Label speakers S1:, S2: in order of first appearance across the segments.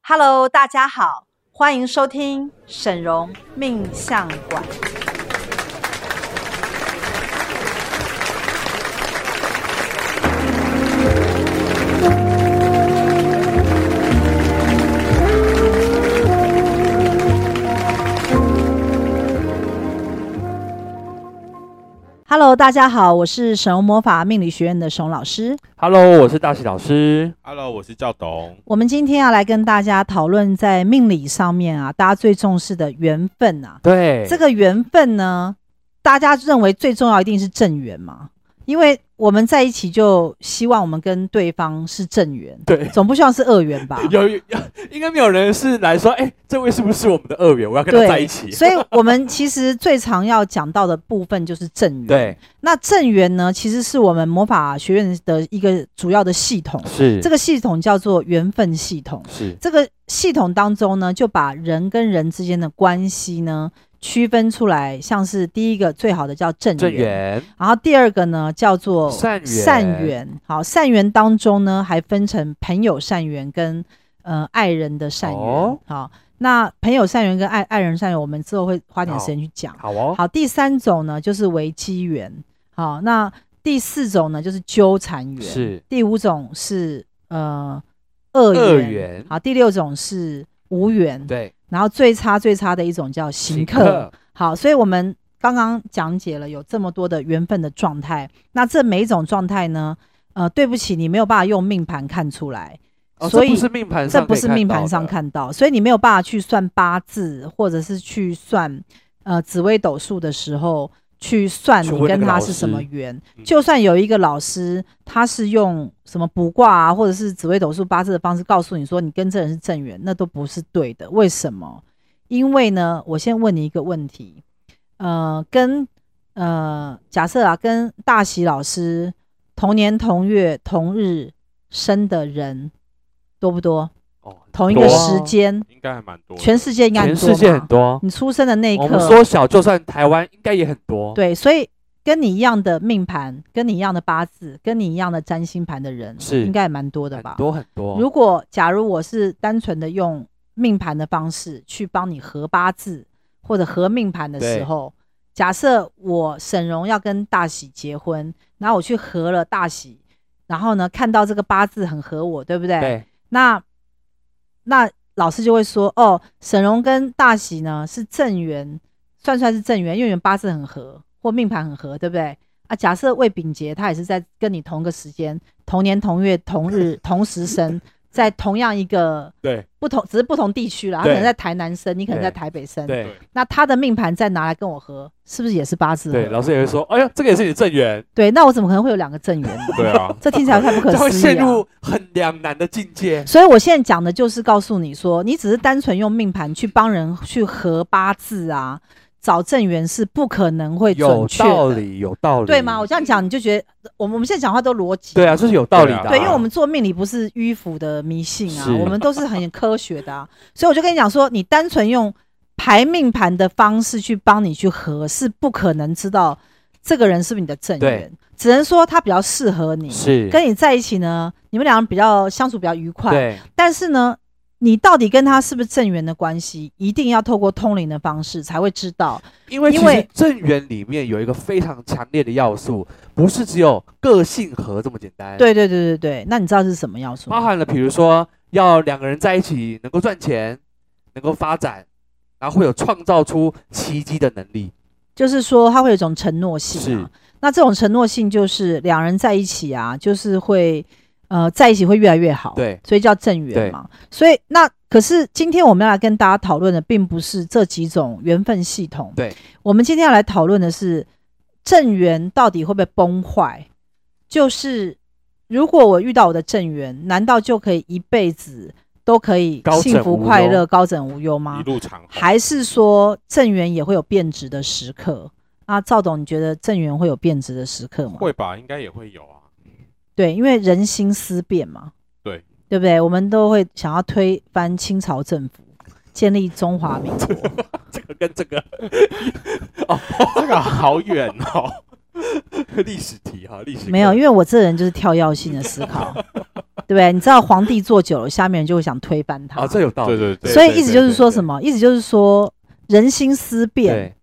S1: Hello，大家好，欢迎收听沈荣命相馆。Hello，大家好，我是沈荣魔法命理学院的沈荣老师。
S2: Hello，我是大喜老师。
S3: Hello，我是赵董。
S1: 我们今天要来跟大家讨论在命理上面啊，大家最重视的缘分啊。
S2: 对，
S1: 这个缘分呢，大家认为最重要一定是正缘嘛，因为我们在一起就希望我们跟对方是正缘，
S2: 对？
S1: 总不希望是恶缘吧
S2: 有有应该没有人是来说，哎、这位是不是我们的二元？我要跟他在一起。
S1: 所以我们其实最常要讲到的部分就是正缘。，
S2: 对，
S1: 那正缘呢，其实是我们魔法学院的一个主要的系统，
S2: 是
S1: 这
S2: 个
S1: 个系统叫做缘分系统。
S2: 是
S1: 这个系统当中呢，就把人跟人之间的关系呢区分出来，像是第一个最好的叫正
S2: 正
S1: 缘，
S2: 缘，
S1: 然后第二个呢叫做
S2: 善缘
S1: 善缘，好，善缘当中呢还分成朋友善缘跟呃爱人的善缘。
S2: 哦
S1: 好，那朋友善缘跟爱爱人善缘，我们之后会花点时间去讲。
S2: 好哦，
S1: 好，第三种呢就是为机缘。好，那第四种呢就是纠缠缘。
S2: 是
S1: 第五种是呃恶
S2: 恶
S1: 缘
S2: 缘
S1: 好，第六种是无缘，
S2: 对，
S1: 然后最差最差的一种叫行客。好，所以我们刚刚讲解了有这么多的缘分的状态，那这每一种状态呢，呃，对不起，你没有办法用命盘看出来，
S2: 哦，
S1: 所
S2: 这
S1: 以
S2: 不是命盘上可以看到的，
S1: 这不是命盘上看到，所以你没有办法去算八字，或者是去算呃紫微斗数的时候去算
S2: 去
S1: 你
S2: 问那
S1: 跟
S2: 个
S1: 他
S2: 老
S1: 是什
S2: 师
S1: 么缘。
S3: 嗯
S1: 就算有一个老师，他是用什么卜卦啊，或者是紫微斗数八字的方式告诉你说你跟这人是正缘，那都不是对的。为什么？因为呢，我先问你一个问题，呃，跟呃假设啊，跟大喜老师同年同月同日生的人多不多？
S2: 哦，
S1: 同一个
S2: 多
S1: 时间，
S3: 应该还蛮多的，
S1: 全世界应该很
S2: 全
S1: 多
S2: 世界很
S1: 嘛。
S2: 多。
S1: 你出生的那一
S2: 我们哦
S1: 刻，
S2: 缩小，就算台湾应该也很多。，
S1: 对，所以跟你一样的命盘，跟你一样的八字，跟你一样的占星盘的人，
S2: 是
S1: 应该也蛮多的
S2: 很
S1: 吧？
S2: 多很多。
S1: 如果假如我是单纯的用命盘的方式去帮你合八字或者合命盘的时
S2: 对
S1: 候，假设我沈荣要跟大喜结婚，然后我去合了大喜，然后呢看到这个八字很合我，对不对？
S2: 对
S1: 那那老师就会说，哦，沈荣跟大喜呢是正缘，算出来是正缘，因为你们八字很合或命盘很合，对不对？啊，假设魏炳杰他也是在跟你同个时间、同年同月同日同时生，在同样一个
S3: 对
S1: 不同，只是不同地区啦。他可
S2: 对
S1: 能在台南生，你可能在
S2: 对
S1: 台北生。
S2: 对
S1: 那他的命盘再拿来跟我合，是不是也是八字合？
S2: 对，老师也会说，哎呀，这个也是你的正缘，
S1: 对那我怎么可能会有两个正缘呢？
S3: 对啊，
S1: 这听起来太不可
S2: 这会
S1: 思
S2: 陷
S1: 议啊！
S2: 入很两难的境界。
S1: 所以我现在讲的就是告诉你说，你只是单纯用命盘去帮人去合八字啊，找正缘是不可能会准
S2: 有
S1: 确
S2: 道
S1: 的，
S2: 理，有道理，
S1: 对吗？我这样讲你就觉得我们我们现在讲话都逻辑，
S2: 对啊，这是有道理的啊。
S1: 对，因为我们做命理不是迂腐的迷信啊，
S2: 是
S1: 我们都是很科学的啊，所以我就跟你讲说，你单纯用排命盘的方式去帮你去合，是不可能知道这个人是不是你的正缘
S2: 对，
S1: 只能说他比较适合你，
S2: 是
S1: 跟你在一起呢，你们两人比较相处比较愉快，
S2: 对
S1: 但是呢，你到底跟他是不是正缘的关系，一定要透过通灵的方式才会知道。
S2: 因为
S1: 因
S2: 其实
S1: 为
S2: 正缘里面有一个非常强烈的要素，不是只有个性合这么简单，，
S1: 对对对对对，那你知道是什么要素
S2: 包
S1: 吗？
S2: 含了比如说要两个人在一起能够赚钱，能够发展，然后会有创造出奇迹的能力，
S1: 就是说，他会有一种承诺性、啊。那这种承诺性就是两人在一起啊，就是会呃在一起会越来越好。
S2: 对
S1: 所以叫正缘嘛。所以那可是今天我们要来跟大家讨论的，并不是这几种缘分系统。
S2: 对，
S1: 我们今天要来讨论的是正缘到底会不会崩坏？就是如果我遇到我的正缘，难道就可以一辈子都可以
S2: 高枕
S1: 幸福
S2: 无忧
S1: 快乐、高枕无忧吗
S3: 一？路长虹
S1: 还是说正缘也会有变质的时刻？啊，赵董，你觉得正缘会有变质的时刻吗？
S3: 会吧？应该也会有啊。
S1: 对，因为人心思变嘛，
S3: 对
S1: 对不对？我们都会想要推翻清朝政府，建立中华民国。
S2: 这个跟这个
S3: 这个好远哦， 历史题哈，历史
S1: 没有，因
S3: 为
S1: 为我这人就是跳跃性的思 考，对不对？你知道皇帝坐久了，下面人就会想推翻他，
S2: 啊，这有道
S3: 对
S2: 理。
S3: 对对，
S1: 所以意思就是
S3: 对
S1: 说什？么？意思就是说人心思变，
S2: 对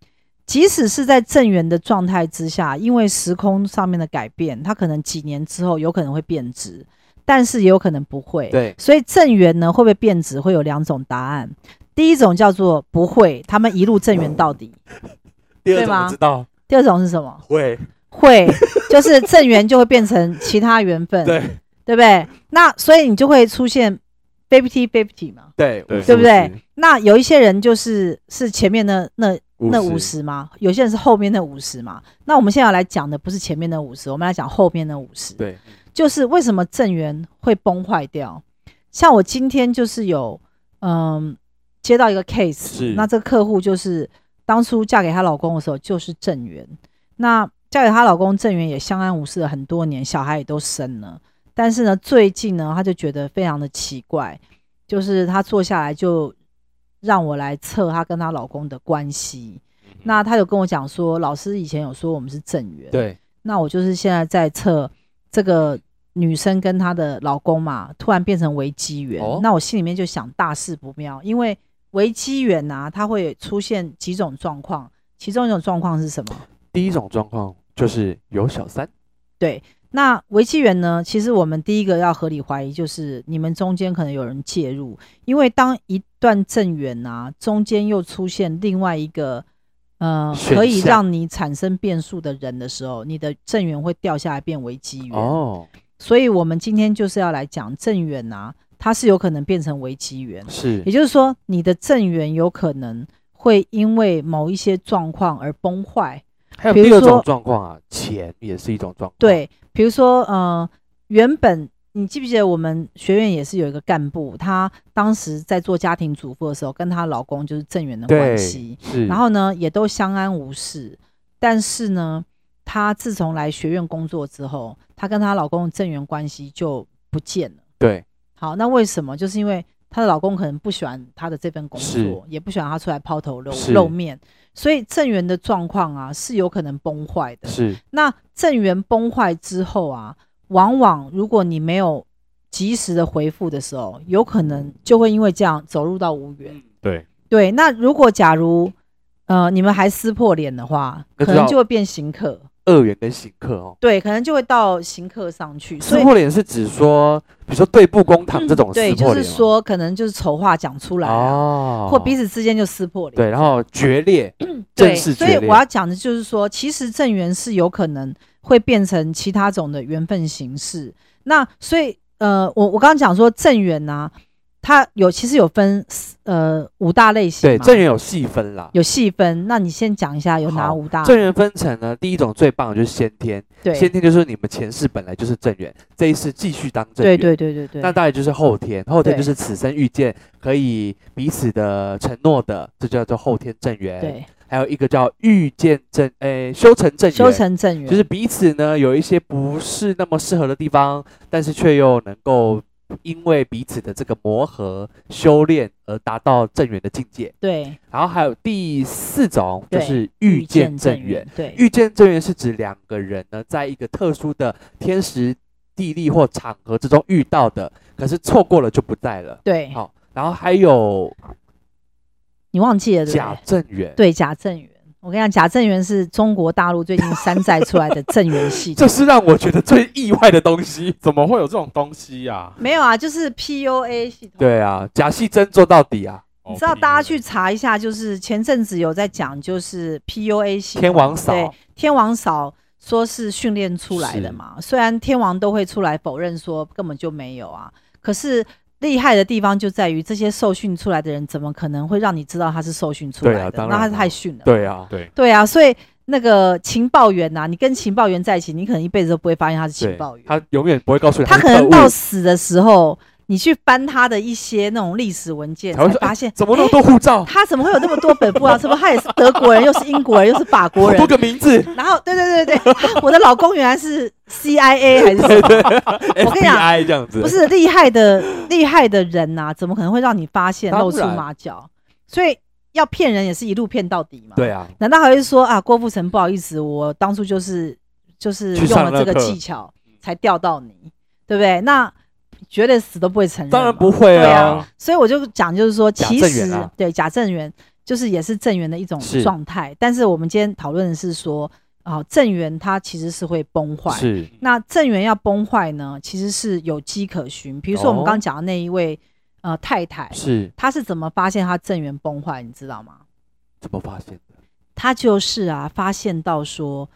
S1: 即使是在正缘的状态之下，因为时空上面的改变，它可能几年之后有可能会变质，但是也有可能不会。
S2: 对
S1: 所以正缘呢会不会变质，会有两种答案。第一种叫做不会，他们一路正缘到底；
S2: 第二
S1: 对
S2: 怎么
S1: 吗
S2: 知道？
S1: 第二种是什么？
S2: 会，
S1: 会， 就是正缘就会变成其他缘分，
S2: 对
S1: 对不对？那所以你就会出现 fifty fifty 嘛，
S2: 对
S3: 对
S1: 对不对？那有一些人就是是前面的那那五，十嘛，有些人是后面那五十嘛。那我们现在要来讲的不是前面那五十，我们来讲后面那五十。
S2: 对，
S1: 就是为什么正缘会崩坏掉？像我今天就是有嗯接到一个 case，
S2: 是
S1: 那这个客户就是当初嫁给她老公的时候就是正缘，那嫁给她老公正缘也相安无事了很多年，小孩也都生了，但是呢，最近呢，她就觉得非常的奇怪，就是她坐下来就让我来测她跟她老公的关系。
S3: 嗯哼
S1: 那她有跟我讲说，老师以前有说我们是正缘，
S2: 对
S1: 那我就是现在在测这个女生跟她的老公嘛，突然变成危机缘，
S2: 哦
S1: 那我心里面就想大事不妙，因为危机缘呐，它会出现几种状况，其中一种状况是什么？
S2: 第一种状况就是有小三，
S1: 对，那危机缘呢？其实我们第一个要合理怀疑，就是你们中间可能有人介入，因为当一段正缘啊，中间又出现另外一个呃
S2: 选
S1: 可以
S2: 项
S1: 让你产生变数的人的时候，你的正缘会掉下来变危机缘。
S2: 哦，
S1: 所以我们今天就是要来讲正缘啊，它是有可能变成危机缘，
S2: 是
S1: 也就是说，你的正缘有可能会因为某一些状况而崩坏。
S2: 还有
S1: 比如
S2: 第二种
S1: 说
S2: 状况啊，钱也是一种状况。，
S1: 对，比如说，呃，原本你记不记得我们学院也是有一个干部，她当时在做家庭主妇的时候，跟她老公就是正缘的
S2: 对
S1: 关系，
S2: 是，
S1: 然后呢也都相安无事，但是呢，她自从来学院工作之后，她跟她老公的正缘关系就不见了。
S2: 对
S1: 好，那为什么？就是因为她的老公可能不喜欢她的这份工
S2: 是
S1: 作，也不喜欢她出来抛头露
S2: 是
S1: 露面，所以正缘的状况啊是有可能崩坏的。
S2: 是
S1: 那正缘崩坏之后啊，往往如果你没有及时的回复的时候，有可能就会因为这样走入到无缘。
S3: 对
S1: 对，那如果假如呃你们还撕破脸的话，
S2: 那
S1: 可
S2: 知
S1: 能
S2: 道
S1: 就会变刑客。
S2: 恶缘跟刑克哦。
S1: 对，可能就会到刑客上去。所
S2: 撕
S1: 以嗯
S2: 破脸是指说，比如说对簿公堂这种撕
S1: 对，
S2: 破
S1: 就
S2: 脸吗，
S1: 是说可能就是丑话讲出来啊。
S2: 哦，
S1: 或彼此之间就撕破脸。
S2: 对，然后决裂，正
S1: 对，
S2: 式
S1: 所
S2: 决
S1: 以
S2: 裂。
S1: 我要讲的就是说，其实正缘是有可能会变成其他种的缘分形式。那所以呃，我我刚刚讲说正缘呢、它有其实有分呃五大类型
S2: 对
S1: 嘛，
S2: 正缘有细分啦，
S1: 有细分。那你先讲一下有哪
S2: 好
S1: 五大？
S2: 正缘分成呢，第一种最棒的就是先天，
S1: 对
S2: 先天就是你们前世本来就是正缘，这一世继续当正
S1: 对
S2: 缘。
S1: 对对对对，
S2: 那当然就是后天，后天
S1: 对
S2: 就是此生遇见可以彼此的承诺的，这叫做后天正缘。，
S1: 对
S2: 还有一个叫遇见正，诶，修成正缘。
S1: 修成正缘
S2: 就是彼此呢有一些不是那么适合的地方，但是却又能够因为彼此的这个磨合、修炼而达到正缘的境界。
S1: 对
S2: 然后还有第四种就
S1: 对
S2: 是遇见正缘
S1: 缘，，对
S2: 遇见正缘是指两个人呢在一个特殊的天时、地利或场合之中遇到的，可是错过了就不在了。
S1: 对，
S2: 好，然后还有
S1: 你忘记了对不
S2: 假
S1: 对？
S2: 正缘，
S1: 对贾正缘，我跟你讲，贾正缘是中国大陆最近山寨出来的正缘系统
S2: 这。是让我觉得最意外的东西。
S3: 怎么会有这种东西呀？
S1: 没有啊，就是 PUA 系统。
S2: 对啊，假戏真做到底啊，
S1: 你
S3: 哦
S1: 知道
S3: 不
S1: 大家
S3: 一
S1: 去查一下，就是前阵子有在讲，就是 PUA 系统
S2: 天王
S1: 对
S2: 嫂。
S1: 天王嫂说是训练出来的嘛，虽然天王都会出来否认说根本就没有啊，可是厉害的地方就在于这些受训出来的人，怎么可能会让你知道他是受训出
S2: 对啊
S1: 来的？
S2: 当
S1: 那
S2: 然啊
S1: 他是太逊了。
S2: 对啊，
S3: 对
S1: 对啊，所以那个情报员呐、你跟情报员在一起，你可能一辈子都不会发现他是
S2: 对
S1: 情报员。
S2: 他永远不会告诉你
S1: 他
S2: 是
S1: 可能
S2: 特务
S1: 到死的时候，你去翻他的一些那种历史文件，
S2: 才会
S1: 才
S2: 说
S1: 发现、
S2: 怎么那么多护照，
S1: 他怎么会有那么多本部啊？怎么他也是德国人，又是英国人，又是法国
S2: 好多
S1: 人？
S2: 个 名字
S1: 然后，对对对对， 我的老公原来是 CIA 还是什么？我跟你讲
S2: ，FBI 这样子，
S1: 不是啊厉害的厉害的人呐、怎么可能会让你发现
S2: 当然
S1: 露出马脚？所以要骗人也是一路骗到底嘛。
S2: 对啊，
S1: 难道还会说啊，郭富城不好意思，我当初就是就是
S2: 去
S1: 用
S2: 上
S1: 了这
S2: 那
S1: 个
S2: 课
S1: 技巧才钓到你，对不对？那绝对死都不会承认。
S2: 当然不。会
S1: 嗯对
S2: 啊
S1: 啊，所以我就讲，就是说，
S2: 假
S1: 其
S2: 正缘
S1: 实、
S2: 啊
S1: 对假正缘就是也是正缘的一种
S2: 是
S1: 状态，但是我们今天讨论的是说，啊、正缘它其实是会崩坏。
S2: 是
S1: 那正缘要崩坏呢，其实是有迹可循。比如说我们
S2: 哦
S1: 刚刚讲的那一位、呃太太，
S2: 是，
S1: 她是怎么发现她正缘崩坏，你知道吗？
S2: 怎么发现的？
S1: 她就是啊，发现到说，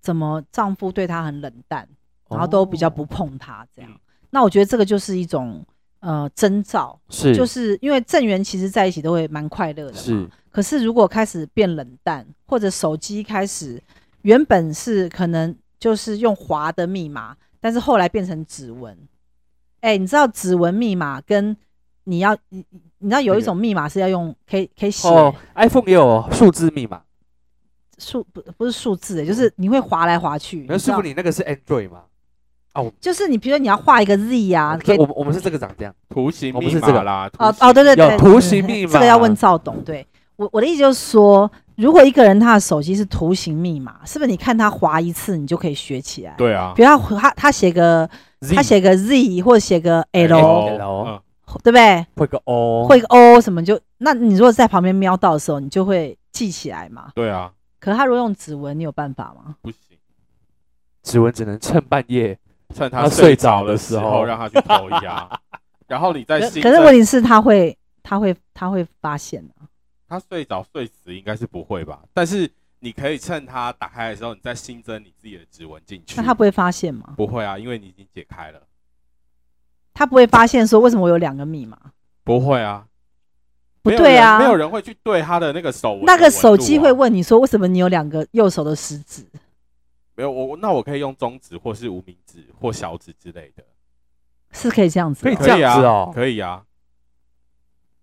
S1: 怎么丈夫对她很冷淡，然后都比较不
S2: 哦
S1: 碰她这样。
S3: 嗯
S1: 那我觉得这个就是一种呃征兆，
S2: 是
S1: 就是因为正缘其实在一起都会蛮快乐的嘛。
S2: 是
S1: 可是如果开始变冷淡，或者手机开始原本是可能就是用滑的密码，但是后来变成指纹。哎、你知道指纹密码跟你要你你你知道有一种密码是要用可以可以写
S2: 哦，iPhone 也有数字密码，
S1: 数不不是数字的，欸就是你会滑来滑去。
S2: 那
S1: 你知
S2: 师
S1: 道
S2: 傅你那个是 Android 吗？
S1: 就是你，比如说你要画一个 Z 啊，可以
S2: 我我们是这个长这样，
S3: 图形
S2: 哦不
S3: 密
S2: 是这
S3: 码
S2: 个
S3: 啦，
S1: 哦
S3: 图形
S1: 哦，对对对，
S2: 要图
S1: 嗯
S2: 形密码
S1: 这个要问赵董。对我我的意思就是说，如果一个人他的手机是图形密码，是不是你看他划一次，你就可以学起来？
S3: 对啊
S1: 比，如他他他写个
S2: Z
S1: 他写个 Z 或者写个
S3: 哎
S1: L，
S2: L
S3: 嗯
S1: 对不对？
S2: 会个 O，
S1: 会个 O 什么就那你如果在旁边瞄到的时候，你就会记起来嘛。
S3: 对啊，
S1: 可他如果用指纹，你有办法吗？
S3: 不行，
S2: 指纹只能趁半夜，
S3: 趁
S2: 他
S3: 他
S2: 睡
S3: 睡
S2: 着
S3: 着
S2: 的
S3: 的
S2: 时
S3: 时
S2: 候
S3: 候让他去投 压，然后你再
S1: 可
S3: 新
S1: 可是
S3: 增
S1: 问题是他会他会他会发现的、
S3: 他睡着睡死应该是不会吧？但是你可以趁他打开的时候，你再新增你自己的指纹进去。
S1: 那他不会发现吗？
S3: 不会啊，因为你已经解开了。
S1: 他不会发现说为什么我有两个密码？
S3: 不会啊，
S1: 不
S3: 没有
S1: 对
S3: 人
S1: 啊
S3: 没有人会去对他的那个手纹的
S1: 那个
S3: 纹路啊
S1: 手机会问你说为什么你有两个右手的食指？
S3: 没有我我那我可以用中指或是无名指或小指之类的，
S1: 是可以这样子
S2: 可
S1: 哦、
S2: 以这样子哦，
S3: 可以啊，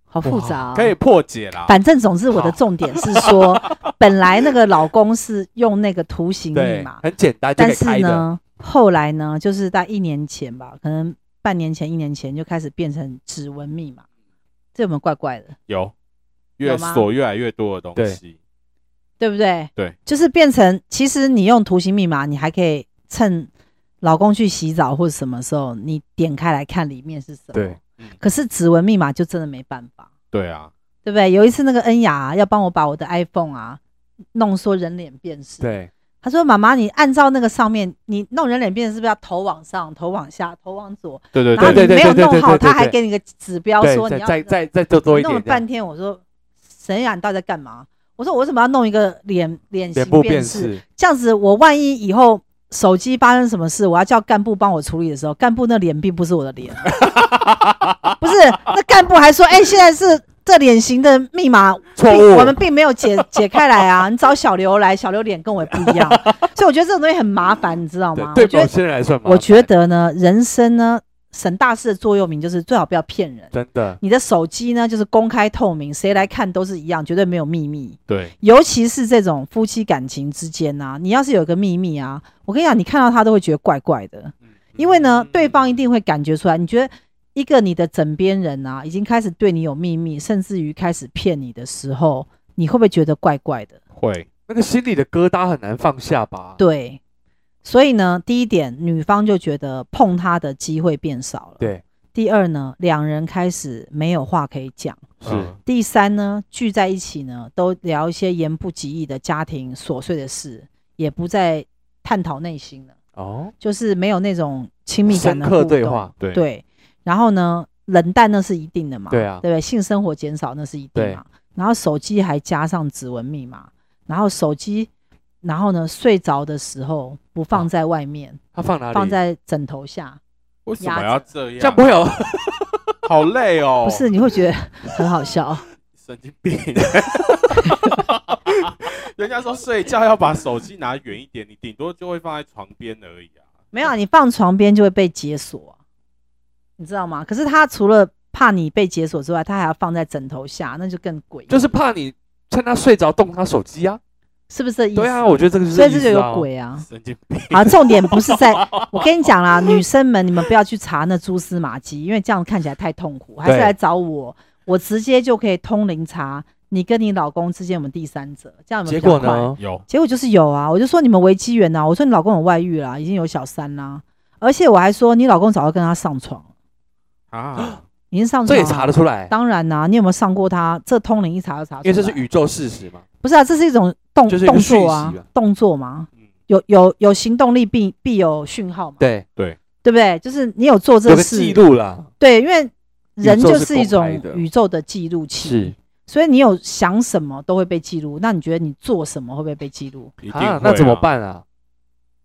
S1: 好复杂、哦。
S3: 可以，破解啦。
S1: 反正总之我的
S2: 好
S1: 重点是说， 本来那个老公是用那个图形密
S2: 对
S1: 码，，
S2: 很简单就可
S1: 但
S2: 以
S1: 是
S2: 开的，
S1: 呢，后来呢，就是在一年前吧，可能半年前、一年前就开始变成指纹密码，这有没有怪怪的？
S3: 有越
S1: 有吗
S3: 锁越来越多的东西，
S1: 对不对？
S3: 对，
S1: 就是变成，其实你用图形密码，你还可以趁老公去洗澡或者什么时候，你点开来看里面是什么。
S2: 对
S3: 嗯
S1: 可是指纹密码就真的没办法，
S3: 对啊，
S1: 对不对？有一次那个恩雅啊、要帮我把我的 iPhone 啊弄说人脸辨识，
S2: 对，
S1: 他说：“妈妈，你按照那个上面，你弄人脸辨识是不是要头往上、头往下、头往左？
S3: 对对
S1: 然后你
S3: 对
S2: 对
S1: 没有弄好，
S2: 对对对对
S1: 他还给你个指标说你
S2: 对，
S1: 要
S2: 再再再再多多一
S1: 弄了
S2: 点这样，
S1: 半天。我说：沈雅，你到底在干嘛？我说我为什么要弄一个脸脸型
S2: 脸部
S1: 辨
S2: 辨
S1: 识？
S2: 识，
S1: 这样子，我万一以后手机发生什么事，我要叫干部帮我处理的时候，干部那脸并不是我的 脸，不是那干部还说：哎、现在是这脸型的密码
S2: 错
S1: 并
S2: 误
S1: 我们并没有解解开来啊。 你找小刘来，小刘脸跟我也不一 样，所以我觉得这种东西很麻烦，你知道吗？
S2: 对，
S1: 我
S2: 对
S1: 觉
S2: 某
S1: 得，
S2: 些人来算嘛，
S1: 我觉得呢，人生呢，沈大师的座右铭就是最好不要骗人。
S2: 真的
S1: 你的手机呢，就是公开透明，谁来看都是一样，绝对没有秘密。
S3: 对，
S1: 尤其是这种夫妻感情之间啊，你要是有个秘密啊，我跟你讲，你看到他都会觉得怪怪的。
S3: 嗯
S1: 因为呢，对方一定会感觉出来。你觉得一个你的枕边人啊，已经开始对你有秘密，甚至于开始骗你的时候，你会不会觉得怪怪的？
S3: 会
S2: 那个心里的疙瘩很难放下吧？，
S1: 对，所以呢，第一点，女方就觉得碰他的机会变少了。
S2: 对。
S1: 第二呢，两人开始没有话可以讲。
S3: 嗯
S2: 是
S3: 哦
S1: 第三呢，聚在一起呢，都聊一些言不及义的家庭琐碎的事，也不再探讨内心了，
S2: 哦，
S1: 就是没有那种亲密感
S2: 深
S1: 的
S2: 刻
S1: 互
S2: 对
S1: 动
S2: 话，
S3: 对
S1: 对，然后呢，冷淡那是一定的嘛，
S2: 对啊
S1: 对不对？性生活减少那是一定嘛，然后手机还加上指纹密码，然后手机，然后呢，睡着的时候不放
S2: 啊
S1: 在外面，
S2: 他放哪里？
S1: 放在枕头下，
S3: 为什么要这样？
S2: 这样不会有
S3: 好累哦，
S1: 不是你会觉得很好笑，
S3: 神经病。人家说睡觉要把手机拿远一点，你顶多就会放在床边而已啊。
S1: 没有啊，你放床边就会被解锁啊、你知道吗？可是他除了怕你被解锁之外，他还要放在枕头下，那就更诡异，
S2: 就是怕你趁他睡着动他手机啊。
S1: 是不是这意思？
S2: 对啊，我觉得这个就是、
S1: 所以这就有。鬼啊！
S3: 神经病，
S1: 啊，重点不是 在，我跟你讲啦，女生们你们不要去查那蛛丝马迹，因为这样看起来太痛苦，还是
S2: 对
S1: 来找我，我直接就可以通灵查你跟你老公之间有没有第三者？这样有没有
S2: 结
S1: 比较
S2: 果
S1: 快？
S2: 呢？
S3: 有
S1: 结果就是有啊，我就说你们为机缘呐，我说你老公有外遇啦，已经有小三啦，而且我还说你老公早就跟他上床，
S3: 啊，
S1: 已经上床
S2: 这
S1: 了
S2: 也查得出来，
S1: 当然啦、你有没有上过他？这通灵一查就查出
S2: 因为
S1: 来，
S2: 这是宇宙事实嘛。
S1: 不是啊？这是一种动
S2: 就是一个
S1: 动作啊
S2: 讯息吧，
S1: 动作嘛，
S3: 嗯，
S1: 有有有行动力必必有讯号嘛，
S2: 对，
S1: 对不对？就是你有做
S2: 有
S1: 这
S2: 个
S1: 事
S2: 记，录啦，
S1: 对，因为人
S2: 宇宙
S1: 就是是一
S2: 公开
S1: 种
S2: 的
S1: 宇宙的记录器
S2: 是，
S1: 所以你有想什么都会被记录。那你觉得你做什么会不会被记录？
S3: 一定
S2: 啊
S3: 会，
S2: 那怎么？办啊？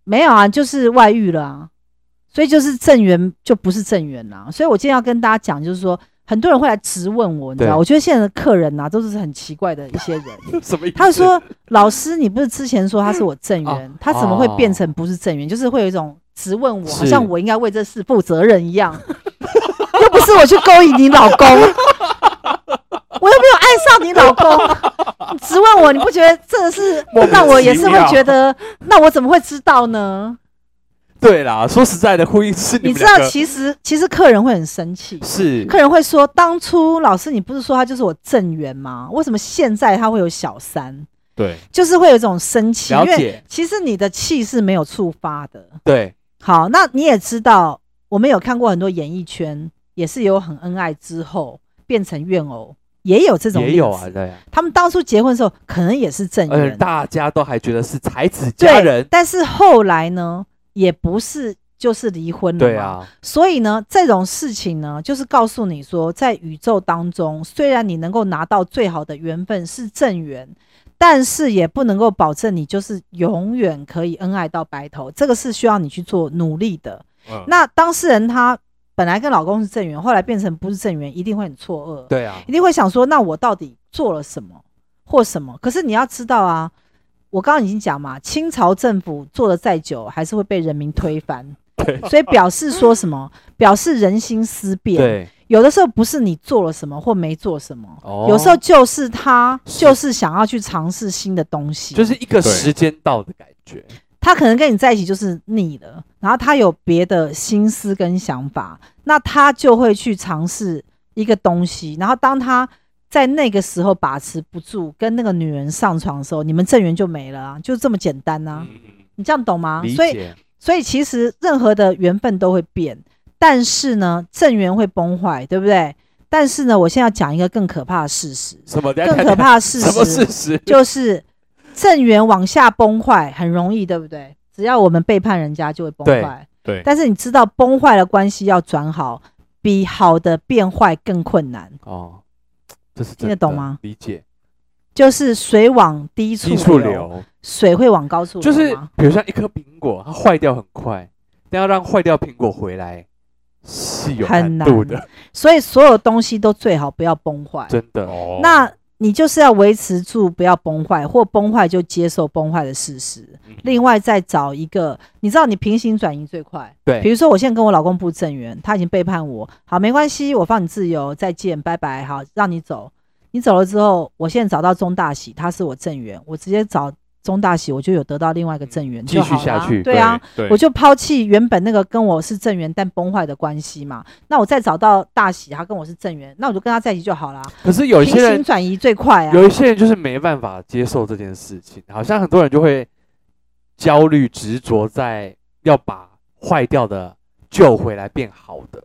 S1: 没有啊，就是外遇了啊，所以就是正缘就不是正缘啦。所以我今天要跟大家讲，就是说很多人会来质问我，你知道，
S2: 对
S1: 我觉得现在的客人啊呐、都是很奇怪的一些人。
S2: 什么意思？
S1: 他说：“老师，你不是之前说他是我正缘，
S2: 哦
S1: 他怎么会变成不是正缘？就是会有一种质问我，
S2: 是
S1: 好像我应该为这事负责任一样， 又不是我去勾引你老公， 我又没有爱上你老公，你质问我，你不觉得这是
S2: 莫名
S1: 让我也是
S2: 其
S1: 会
S2: 妙
S1: 觉得，那我怎么会知道呢？
S2: 对啦，说实在的，呼应是
S1: 你
S2: 们
S1: 知道
S2: 两，个
S1: 其实其实客人会很生气。”
S2: 是
S1: 客人会说：“当初老师，你不是说他就是我正缘吗？为什么现在他会有小三？”
S3: 对，
S1: 就是会有一种生气，因
S2: 了
S1: 为
S2: 解
S1: 其实你的气是没有触发的。
S2: 对
S1: 好，那你也知道，我们有看过很多演艺圈，也是有很恩爱之后变成怨偶，也有这种
S2: 也
S1: 例
S2: 有啊，
S1: 子
S2: 对啊，
S1: 他们当初结婚的时候，可能也是正
S2: 而且
S1: 缘，
S2: 大家都还觉得是才子佳
S1: 对
S2: 人，，
S1: 但是后来呢，也不是就是离婚了，
S2: 对。啊，
S1: 所以呢，这种事情呢，就是告诉你说，在宇宙当中，虽然你能够拿到最好的缘分是正缘，但是也不能够保证你就是永远可以恩爱到白头，这个是需要你去做努力的。
S3: 嗯
S1: 那当事人她本来跟老公是正缘，后来变成不是正缘，一定会很错愕，
S2: 对啊
S1: 一，定会想说，那我到底做了什么或什么？可是你要知道啊，我刚刚已经讲嘛，清朝政府做的再久，还是会被人民推翻。
S2: 对
S1: 所以表示说什么？表示人心思变。
S2: 对，
S1: 有的时候不是你做了什么或没做什么，
S2: 哦
S1: 有时候就是他
S2: 是
S1: 就是想要去尝试新的东西，
S2: 就是一个
S3: 对
S2: 时间到的感觉，
S1: 他可能跟你在一起就是腻了，然后他有别的心思跟想法，那他就会去尝试一个东西，然后当他在那个时候把持不住，跟那个女人上床的时候，你们正缘就没了啊，就这么简单啊，
S3: 嗯
S1: 你这样懂吗？啊
S2: 理
S1: 所以
S2: 解
S1: 所以其实任何的缘分都会变，但是呢，正缘会崩坏，对不对？但是呢，我现在要讲一个更可怕的事实，
S2: 什么
S1: 更可怕的事
S2: 什么事
S1: 实
S2: 实？
S1: 就是正缘往下崩坏很容易，对不对？只要我们背叛人家就会崩坏，
S3: 对，
S1: 但是你知道崩坏了关系要转好，比好的变坏更困难，
S2: 哦，这是
S1: 听
S2: 真
S1: 得
S2: 的
S1: 懂吗？
S2: 理解
S1: 就是水往低处
S2: 技术
S1: 流，
S2: 流，
S1: 水会往高处流
S2: 就是
S1: 吗
S2: 比如像一颗苹果，它坏掉很快，但要让坏掉苹果回来是有
S1: 很
S2: 难度
S1: 难
S2: 的，
S1: 所以所有东西都最好不要崩坏。
S2: 真的。
S3: 哦
S1: 那你就是要维持住，不要崩坏，或崩坏就接受崩坏的事实。
S3: 嗯
S1: 另外再找一个，你知道你平行转移最快。比
S2: 对，
S1: 如说，我现在跟我老公不正缘，他已经背叛我，好，没关系，我放你自由，再见，拜拜，好，让你走。你走了之后，我现在找到钟大喜，他是我正缘，我直接找钟大喜，我就有得到另外一个正缘，
S2: 继
S1: 就
S2: 续
S1: 好
S2: 下
S1: 啦
S2: 去
S1: 对啊，，
S3: 对，
S1: 我就抛弃原本那个跟我是正缘但崩坏的关系嘛。那我再找到大喜，他跟我是正缘，那我就跟他在一起就好啦。啊
S2: 可是有一
S1: 平
S2: 些人
S1: 行转移最快啊。
S2: 哦有一些人就是没办法接受这件事情，好像很多人就会焦虑执着在要把坏掉的救回来变好的，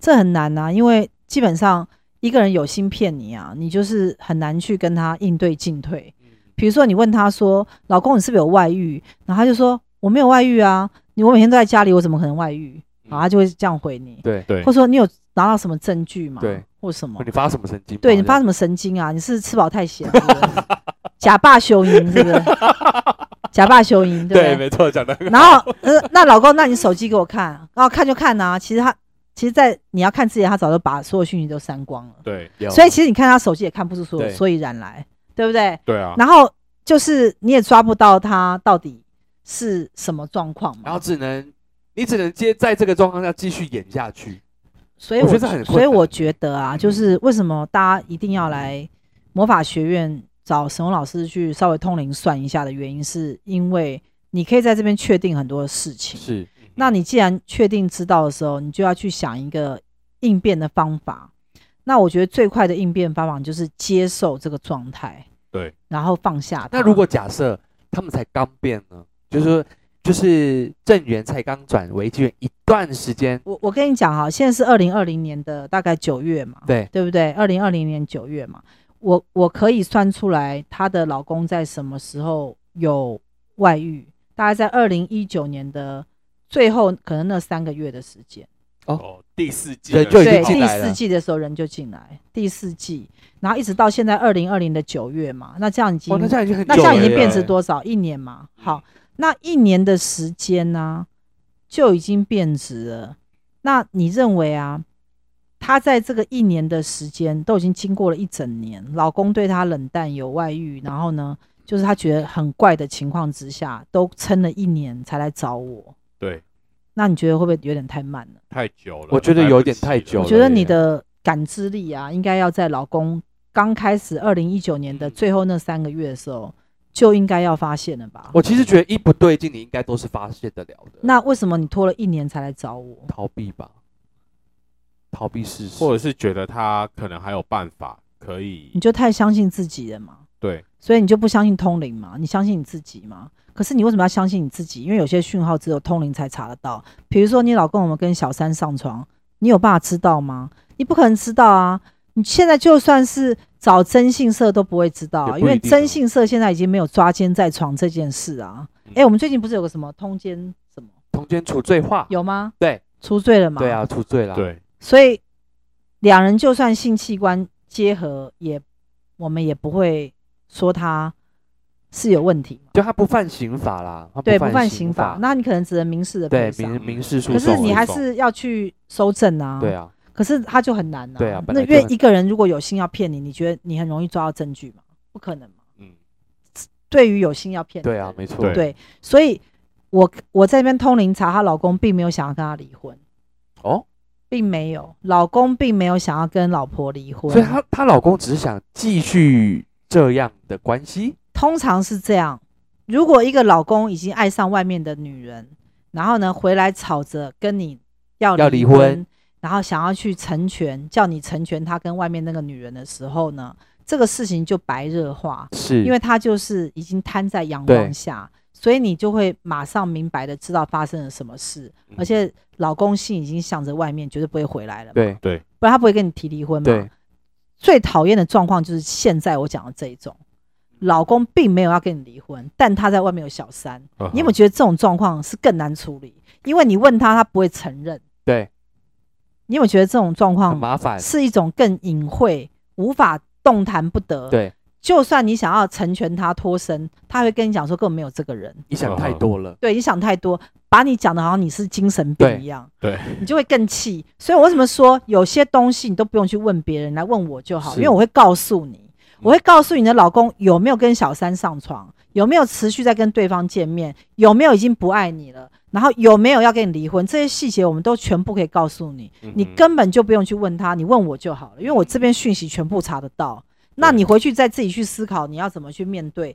S1: 这很难呐、因为基本上一个人有心骗你啊，你就是很难去跟他应对进退。比如说你问他说：“老公，你是不是有外遇？”然后他就说：“我没有外遇啊，你我每天都在家里，我怎么可能外遇？”然后他就会这样回你，
S2: 嗯对，
S3: 对
S1: 或，者说你有拿到什么证据吗？
S2: 对，
S1: 或什么
S2: 你？发什么神经？
S1: 对你发什么神经啊？你是吃饱太闲，是不是 假扮修音是不 是？假扮修音，对不
S2: 对，没错，讲的很
S1: 然后呃，那老公，那你手机给我看，然后看就看啊。其实他，其实在你要看之前，他早就把所有讯息都删光了。
S3: 对
S2: 有
S1: 所以其实你看他手机也看不出所
S2: 对
S1: 所以然来，对不对？
S3: 对啊，
S1: 然后就是你也抓不到他到底是什么状况
S2: 然后
S1: 嘛。
S2: 只能你只能接在这个状况下继续演下去，
S1: 所以
S2: 我
S1: 我
S2: 觉得这很困
S1: 所以
S2: 难嗯
S1: 我觉得啊，就是为什么大家一定要来魔法学院找沈宏老师去稍微通灵算一下的原因，是因为你可以在这边确定很多事情。
S2: 是
S3: 嗯
S1: 那你既然确定知道的时候，你就要去想一个应变的方法。那我觉得最快的应变方法就是接受这个状态，
S3: 对，
S1: 然后放下它。
S2: 那如果假设他们才刚变呢，就是说就是正缘才刚转为机缘一段时间，
S1: 我我跟你讲哈，现在是二零二零年的大概九月嘛，
S2: 对
S1: 对不对？二零二零年九月嘛，我我可以算出来她的老公在什么时候有外遇，大概在二零一九年的最后可能那三个月的时间，
S3: 哦，第四季
S2: 人
S3: 的
S2: 就已经
S1: 对，
S2: 进
S1: 第
S2: 来了
S1: 四季的时候人就进来，第四季，然后一直到现在二零二零的九月嘛，那这样已经
S2: 哇，那这样已经 很久
S1: 那
S2: 了哎嗯
S1: 这
S2: 耶，
S1: 样已经
S3: 耶
S1: 变成多少？一年嘛。好，那一年的时间呢、就已经变质了。那你认为啊，她在这个一年的时间都已经经过了一整年，老公对她冷淡、有外遇，然后呢，就是她觉得很怪的情况之下，都撑了一年才来找我。
S3: 对，
S1: 那你觉得会不会有点太慢了？
S3: 太久了，
S2: 我觉得
S3: 来不
S2: 有点
S3: 及
S2: 太
S3: 了
S2: 久
S1: 我
S2: 了
S1: 觉得
S2: 耶
S1: 你的感知力啊，应该要在老公刚开始二零一九年的
S3: 嗯
S1: 最后那三个月的时候，就应该要发现了吧？
S2: 我其实觉得一不对劲，你应该都是发现得了的。
S1: 那为什么你拖了一年才来找我？
S2: 逃避吧，逃避事实，
S3: 或者是觉得他可能还有办法可以
S1: 你就太相信自己了嘛，
S3: 对
S1: 所以你就不相信通灵嘛？你相信你自己嘛？可是你为什么要相信你自己？因为有些讯号只有通灵才查得到。比如说你老公有没有跟小三上床，你有办法知道吗？你不可能知道啊！你现在就算是找征信社都不会知道、啊，因
S2: 也不一定啊
S1: 为征信社现在已经没有抓奸在床这件事啊。
S3: 嗯
S1: 诶，我们最近不是有个什么通奸什么
S2: 通奸处罪化，
S1: 有吗？
S2: 对，
S1: 除罪了嘛？
S2: 对啊，处罪啦，，
S3: 对
S1: 所以两人就算性器官结合也，我们也不会说他是有问题嘛。
S2: 就他不犯刑法啦，他
S1: 对，不
S2: 不
S1: 犯刑
S2: 刑
S1: 法，那你可能只能民事的
S2: 对
S1: 赔偿。
S2: 民民事诉
S1: 可
S2: 讼
S1: 是
S2: 而已，
S1: 你还是要去收证啊。
S2: 对。啊，
S1: 可是他就很难啊。
S2: 对啊本
S1: 那
S2: 来
S1: 因
S2: 就
S1: 为
S2: 很
S1: 一个人如果有心要骗你，你觉得你很容易抓到证据吗？不可能嘛。
S3: 嗯
S1: 对于有心要骗你的
S2: 对
S1: 人，
S2: 啊，没错，
S3: 对
S1: 对，所以我我在那边通灵查，她老公并没有想要跟她离婚，
S2: 哦，
S1: 并没有，老公并没有想要跟老婆离婚。
S2: 所以她她老公只是想继续这样的关系，
S1: 通常是这样：如果一个老公已经爱上外面的女人，然后呢回来吵着跟你要
S2: 要离
S1: 离
S2: 婚
S1: 然后想要去成全，叫你成全他跟外面那个女人的时候呢，这个事情就白热化，
S2: 是
S1: 因为他就是已经摊在阳
S2: 对
S1: 光下，所以你就会马上明白的知道发生了什么事，
S3: 嗯
S1: 而且老公心已经想着外面，绝对不会回来了嘛，
S2: 对
S1: 不然他不会跟你提离婚嘛。
S2: 对
S1: 最讨厌的状况就是现在我讲的这一种，
S2: 嗯
S1: 老公并没有要跟你离婚，但他在外面有小三。
S2: 嗯
S3: 嗯
S1: 你有没有觉得这种状况是更难处理？因为你问他，他不会承认。
S2: 对，
S1: 你有没有觉得这种状
S2: 很
S1: 况
S2: 麻烦，
S1: 是一种更隐晦、无法动弹不得？，
S2: 对
S1: 就算你想要成全他脱身，他会跟你讲说根本没有这个人。
S2: 你想太
S3: 嗯
S2: 多了，
S1: 对你想太多，把你讲的好像你是精神
S2: 对
S1: 病一样，
S3: 对
S1: 你就会更气。所以我为什么说有些东西你都不用去问别人，来问我就好，
S2: 是
S1: 因为我会告诉你，
S3: 嗯
S1: 我会告诉你的老公有没有跟小三上床，有没有持续在跟对方见面，有没有已经不爱你了，然后有没有要跟你离婚，这些细节我们都全部可以告诉你，你
S3: 嗯哼
S1: 根本就不用去问他，你问我就好了，因为我这边讯息全部查得到。那
S3: 对
S1: 你回去再自己去思考你要怎么去面对。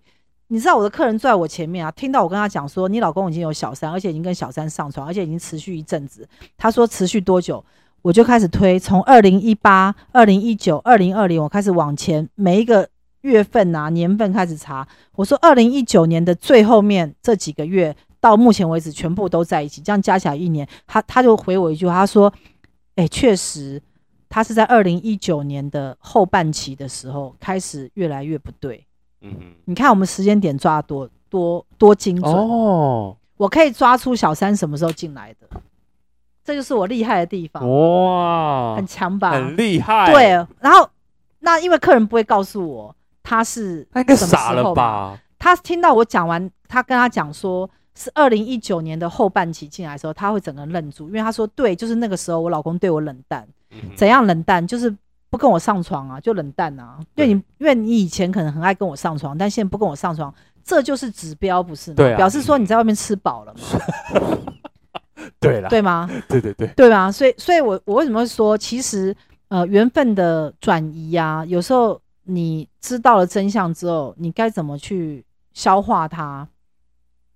S1: 你知道我的客人坐在我前面啊，听到我跟他讲说，你老公已经有小三，而且已经跟小三上床，而且已经持续一阵子。他说持续多久？我就开始推，从二零一八、二零一九、二零二零，我开始往前每一个月份啊、年份开始查。我说二零一九年的最后面这几个月到目前为止全部都在一起，这样加起来一年，他他就回我一句话，他说：“哎、确实，他是在二零一九年的后半期的时候开始越来越不对。
S3: 嗯哼
S1: 你看我们时间点抓得多多多精
S3: 嗯
S1: 准，
S2: 哦，
S1: 我可以抓出小三什么时候进来的，这就是我厉害的地方，
S2: 哇
S1: 很，强吧？
S2: 很厉害，
S1: 啊对，，然后那因为客人不会告诉我他是
S2: 他应该
S1: 什么时
S2: 傻了
S1: 候嘛？
S2: 吧？
S1: 他听到我讲完，他跟他讲说是二零一九年的后半期进来的时候，他会整个人愣住，因为他说对，就是那个时候我老公对我冷淡，
S3: 嗯哼
S1: 怎样冷淡？就是不跟我上床啊，就冷淡啊。因为你因为你以前可能很爱跟我上床，但现在不跟我上床，这就是指标，不是吗？
S2: 对啊
S1: 表示说你在外面吃饱了嘛，
S2: 对啦，
S1: 对吗？
S2: 对对对，
S1: 对吧？所以，所以我我为什么会说，其实呃，缘分的转移啊，有时候你知道了真相之后，你该怎么去消化它？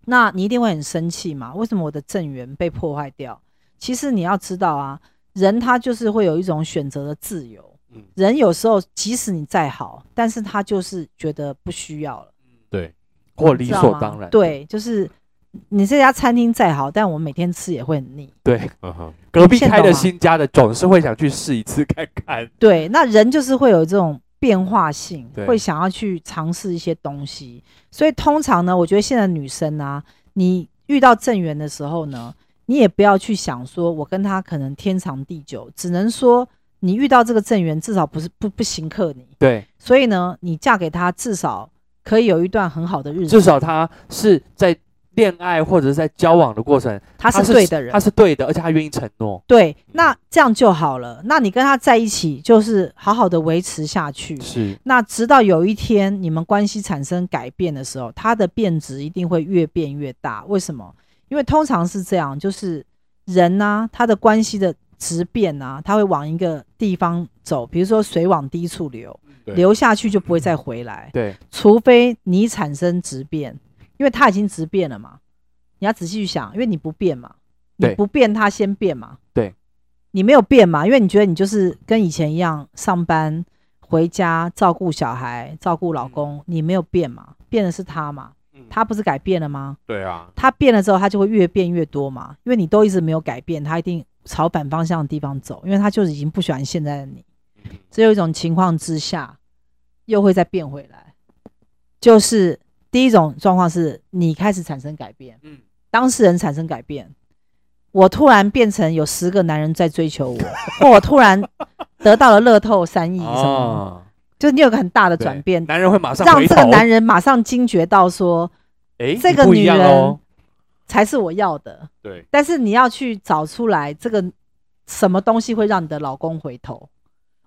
S1: 那你一定会很生气嘛？为什么我的正缘被破坏掉？其实你要知道啊，人他就是会有一种选择的自由，
S3: 嗯
S1: 人有时候即使你再好，但是他就是觉得不需要了，
S3: 嗯，
S2: 对，或理
S1: 你知道
S2: 所
S1: 吗
S2: 当然。
S1: 对，就是你这家餐厅再好，但我每天吃也会很腻。
S2: 对，
S3: 嗯哼，
S2: 隔壁
S1: 现
S2: 开
S1: 懂
S2: 的
S1: 吗
S2: 新家的总是会想去试一次看看。
S1: 对，那人就是会有这种变化性
S2: 嗯对，
S1: 会想要去尝试一些东西。所以通常呢，我觉得现在女生啊，你遇到正缘的时候呢，你也不要去想说我跟他可能天长地久，只能说你遇到这个正缘，至少不是不不行克你。
S2: 对，
S1: 所以呢，你嫁给他至少可以有一段很好的日子，
S2: 至少他是在恋爱或者在交往的过程，
S1: 他是对的人
S2: 他。是对的，而且他愿意承诺。
S1: 对，那这样就好了。那你跟他在一起，就是好好的维持下去。
S2: 是，
S1: 那直到有一天你们关系产生改变的时候，它的变值一定会越变越大。为什么？因为通常是这样，就是人呢、他的关系的质变啊，他会往一个地方走，比如说水往低处流，
S3: 对
S1: 流下去就不会再回来，
S2: 对，
S1: 除非你产生质变，因为他已经质变了嘛。你要仔细去想，因为你不变嘛，你
S2: 对
S1: 不变，他先变嘛。
S2: 对，
S1: 你没有变嘛，因为你觉得你就是跟以前一样上班、回家、照顾小孩、照顾老
S2: 嗯
S1: 公，你没有变嘛，变的是他嘛，
S3: 嗯
S1: 他不是改变了吗？
S3: 对啊，
S1: 他变了之后，他就会越变越多嘛，因为你都一直没有改变，他一定朝反方向的地方走，因为他就是已经不喜欢现在的你。
S3: 嗯
S1: 只有一种情况之下，又会再变回来，就是第一种状况是你开始产生改变，
S3: 嗯，
S1: 当事人产生改变，我突然变成有十个男人在追求我， 或我突然得到了乐透三亿什么，
S2: 啊，
S1: 就是你有个很大的
S2: 对
S1: 转变，
S2: 男人会马上
S1: 让
S2: 回
S1: 这个
S2: 头
S1: 男，人马上惊觉到说
S2: 哎，
S1: 这
S2: 你
S1: 个
S2: 不一
S1: 女
S2: 样
S1: 人
S2: 哦，
S1: 才是我要的，
S3: 对，
S1: 但是你要去找出来这个什么东西会让你的老公回头，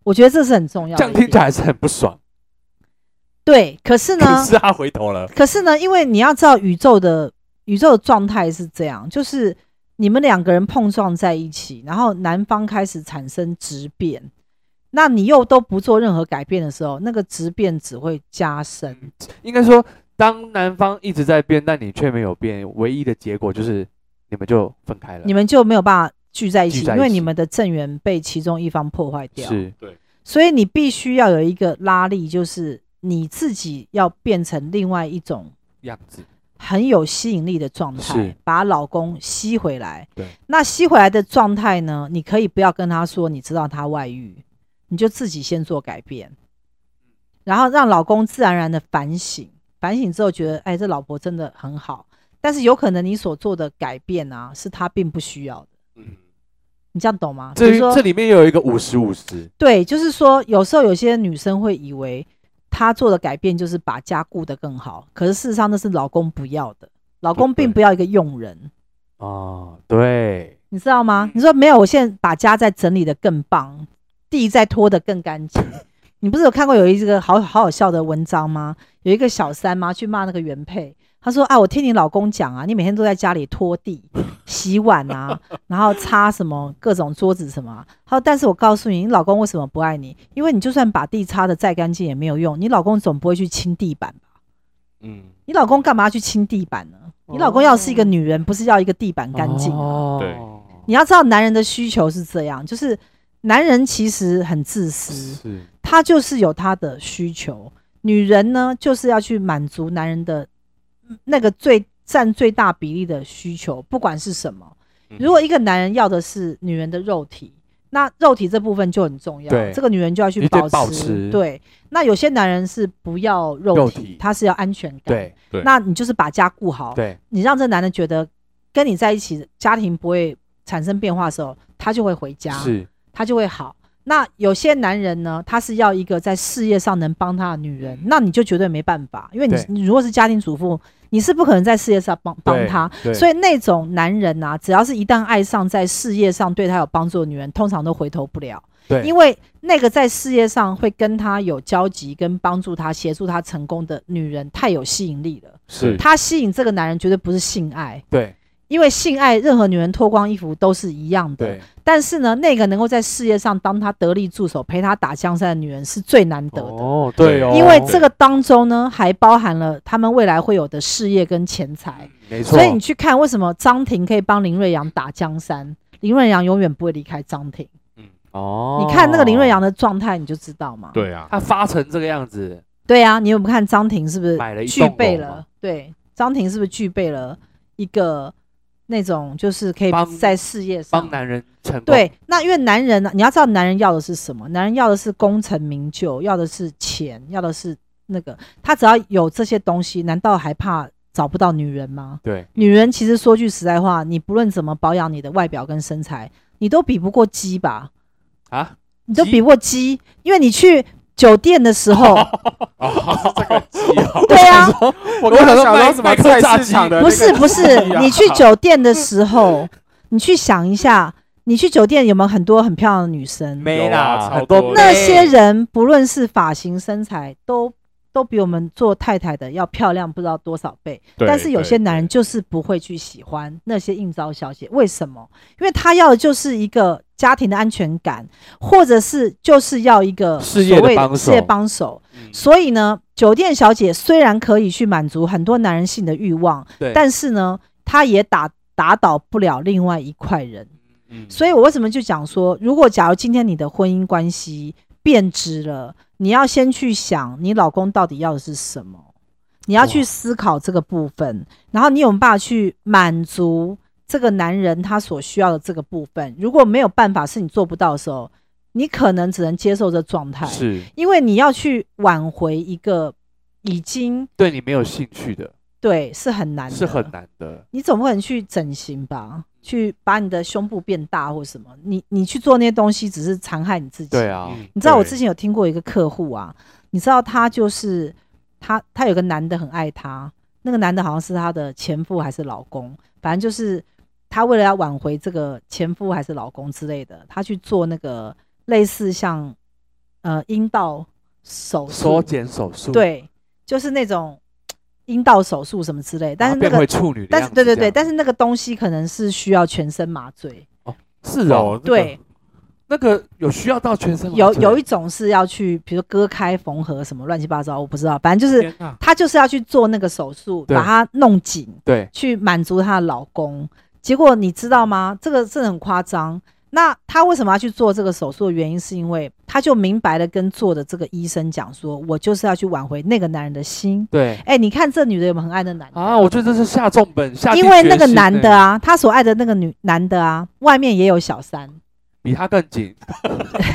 S1: 我觉得这是很重要
S2: 这
S1: 的
S2: 样
S1: 一点。
S2: 听起来还是很不爽。
S1: 对，可是啊呢，
S2: 可是啊他回头了，
S1: 可是呢，因为你要知道宇宙的宇宙的状态是这样，就是你们两个人碰撞在一起，然后男方开始产生质变，那你又都不做任何改变的时候，那个质变只会加深。
S2: 嗯应该说，当男方一直在变，但你却没有变，唯一的结果就是你们就分开了。
S1: 你们就没有办法聚在一起，
S2: 聚在一
S1: 因为
S2: 起
S1: 你们的正缘被其中一方破坏掉，
S2: 是
S1: 所以你必须要有一个拉力，就是你自己要变成另外一种
S2: 样子，
S1: 很有吸引力的状
S2: 是
S1: 态，把老公吸回来。
S2: 对，
S1: 那吸回来的状态呢？你可以不要跟他说你知道他外遇，你就自己先做改变，然后让老公自然而然的反省，反省之后觉得，哎，这老婆真的很好。但是有可能你所做的改变啊，是他并不需要的。
S3: 嗯，
S1: 你这样懂吗？比
S2: 这
S1: 如说
S2: 这里面有一个五十五十，
S1: 对，就是说，有时候有些女生会以为她做的改变就是把家顾得更好，可是事实上那是老公不要的，老公
S2: 对
S1: 并不要一个佣人，
S2: 哦，对，
S1: 你知道吗
S3: 嗯？
S1: 你说没有，我现在把家再整理得更棒，地再拖得更干净。你不是有看过有一个好好好笑的文章吗？有一个小三妈去骂那个原配，她说啊，我听你老公讲啊，你每天都在家里拖地、洗碗啊，然后擦什么各种桌子什么啊。她说，但是我告诉你，你老公为什么不爱你？因为你就算把地擦得再干净也没有用，你老公总不会去清地板吧？
S3: 嗯，
S1: 你老公干嘛要去清地板呢？你老公要是一个女人，不是要一个地板干净啊吗？
S2: 哦，
S1: 你要知道，男人的需求是这样，就是男人其实很自私，
S2: 是
S1: 他就是有他的需求。女人呢，就是要去满足男人的嗯那个最占最大比例的需求，不管是什么。
S3: 嗯
S1: 如果一个男人要的是女人的肉体，那肉体这部分就很重
S2: 对
S1: 要，这个女人就要去
S2: 你得
S1: 保持。
S2: 保持
S1: 对，那有些男人是不要肉体，
S2: 肉体
S1: 他是要安全感。，
S2: 对
S3: 对
S1: 那你就是把家顾好，
S2: 对，
S1: 你让这男的觉得跟你在一起，家庭不会产生变化的时候，他就会回家，
S2: 是
S1: 他就会好。那有些男人呢，他是要一个在事业上能帮他的女人，那你就绝对没办法，因为你
S2: 嗯对
S1: 你如果是家庭主妇，你是不可能在事业上帮帮他。，所
S2: 以
S1: 以那种男人呐、只要是一旦爱上在事业上对他有帮助的女人，通常都回头不了，
S2: 对，
S1: 因为那个在事业上会跟他有交集、跟帮助他、协助他成功的女人太有吸引力了。
S2: 是
S1: 她吸引这个男人绝对不是性爱，
S2: 对
S1: 因为性爱任何女人脱光衣服都是一样的。
S2: 对
S1: 但是呢，那个能够在事业上当她得力助手、陪她打江山的女人是最难得的。
S2: 哦，对哦，
S1: 因为这个当中呢，还包含了他们未来会有的事业跟钱财，
S2: 没错，
S1: 所以你去看为什么张庭可以帮林瑞阳打江山，林瑞阳永远不会离开张庭，
S3: 嗯
S2: 哦，
S1: 你看那个林瑞阳，的状态，你就知道嘛。
S3: 对啊，
S2: 他发成这个样子，
S1: 对啊，你有没有看张庭是不是
S2: 买了一栋
S1: 具备
S2: 楼
S1: 了
S2: 嘛？
S1: 对，张庭是不是具备了一个那种就是可以
S2: 帮
S1: 在事业上
S2: 帮男人成功，
S1: 对，那因为男人呢，啊你要知道男人要的是什么？男人要的是功成名就，要的是钱，要的是那个。他只要有这些东西，难道还怕找不到女人吗？
S2: 对，
S1: 女人其实说句实在话，你不论怎么保养你的外表跟身材，你都比不过鸡吧？
S2: 啊，
S1: 你都
S2: 鸡
S1: 比过鸡，因为你去酒店的时 候，，
S3: 哦，是 这个鸡哦
S1: 对啊，
S3: 我
S2: 刚才
S3: 刚
S2: 想
S3: 想
S2: 说
S3: 到
S2: 什
S3: 什
S2: 么
S3: 么
S2: 菜
S3: 菜
S2: 市
S3: 市
S2: 场
S3: 场
S2: 的
S3: 的，
S1: 不是不 是
S3: 鸡，啊
S1: 你去酒店的时候，你去想一下，你去酒店有没有很多很漂亮的女生？
S2: 没
S3: 有啊
S2: 啦，
S3: 超
S2: 很
S3: 多
S2: 多
S3: 的
S1: 那些人不论是发型、身材，都都比我们做太太的要漂亮不知道多少倍。但是有些男人就是不会去喜欢那些应招小姐，为什么？因为他要的就是一个家庭的安全感，或者是就是要一个
S2: 事业的
S1: 所谓
S2: 帮手
S1: 事业帮手。
S3: 嗯
S1: 所以呢，酒店小姐虽然可以去满足很多男人性的欲望，
S2: 对，
S1: 但是呢，她也打打倒不了另外一块人。
S3: 嗯
S1: 所以我为什么就讲说，如果假如今天你的婚姻关系变质了，你要先去想你老公到底要的是什么，你要去
S2: 哇
S1: 思考这个部分，然后你有没有办法去满足这个男人他所需要的这个部分。如果没有办法，是你做不到的时候，你可能只能接受这状态，
S2: 是
S1: 因为你要去挽回一个已经
S2: 对你没有兴趣的，
S1: 对是很难的，嗯
S2: 是很难的，
S1: 你总不可能去整形吧？去把你的胸部变大或什么？你你去做那些东西，只是残害你自己。
S2: 对，啊，
S1: 你知道我
S3: 嗯对
S1: 之前有听过一个客户啊，你知道他就是他，他有个男的很爱他，那个男的好像是他的前夫还是老公，反正就是他为了要挽回这个前夫还是老公之类的，他去做那个类似像呃阴道手
S2: 缩
S1: 术，
S2: 减手术，，
S1: 对，就是那种阴道手术什么之类，但是那
S2: 啊变
S1: 个
S2: 回处女的
S1: 但
S2: 样
S1: 是
S2: 子
S1: 对
S2: 这
S1: 对对，
S2: 样，
S1: 但是那个东西可能是需要全身麻醉。
S2: 是哦，，
S1: 对，
S2: 那个有需要到全身麻
S1: 有
S2: 醉
S1: 有一种是要去，比如说割开缝合什么乱七八糟，我不知道，反正就是
S2: 天哪
S1: 她就是要去做那个手术，
S2: 对
S1: 把它弄紧，
S2: 对
S1: 去满足她的老公。结果你知道吗？这个真的很夸张。那她为什么要去做这个手术的原因，是因为她就明白了跟做的这个医生讲说，我就是要去挽回那个男人的心。
S2: 对
S1: 哎、你看这女的有没有很爱那男的？
S2: 啊，我觉得这是下重本，下定
S1: 因为那
S2: 决
S1: 个
S2: 心
S1: 男的
S2: 欸
S1: 啊，他所爱的那个女男的啊，外面也有小三，
S2: 比他更紧，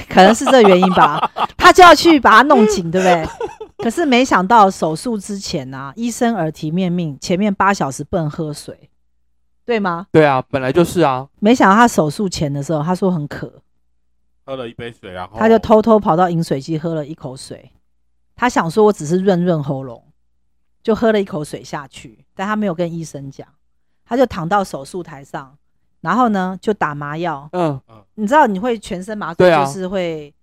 S1: 可能是这原因吧，他就要去把它弄紧，对不对？可是没想到手术之前啊，医生耳提面命，前面八小时不能喝水，对吗？
S2: 对啊，本来就是啊，
S1: 没想到他手术前的时候，他说很渴，
S3: 喝了一杯水，然
S2: 哦
S3: 后
S1: 他就偷偷跑到饮水机喝了一口水，他想说我只是润润喉咙，就喝了一口水下去，但他没有跟医生讲，他就躺到手术台上，然后呢就打麻药，
S2: 嗯，
S1: 你知道你会全身麻醉，
S2: 对啊
S1: 就是会，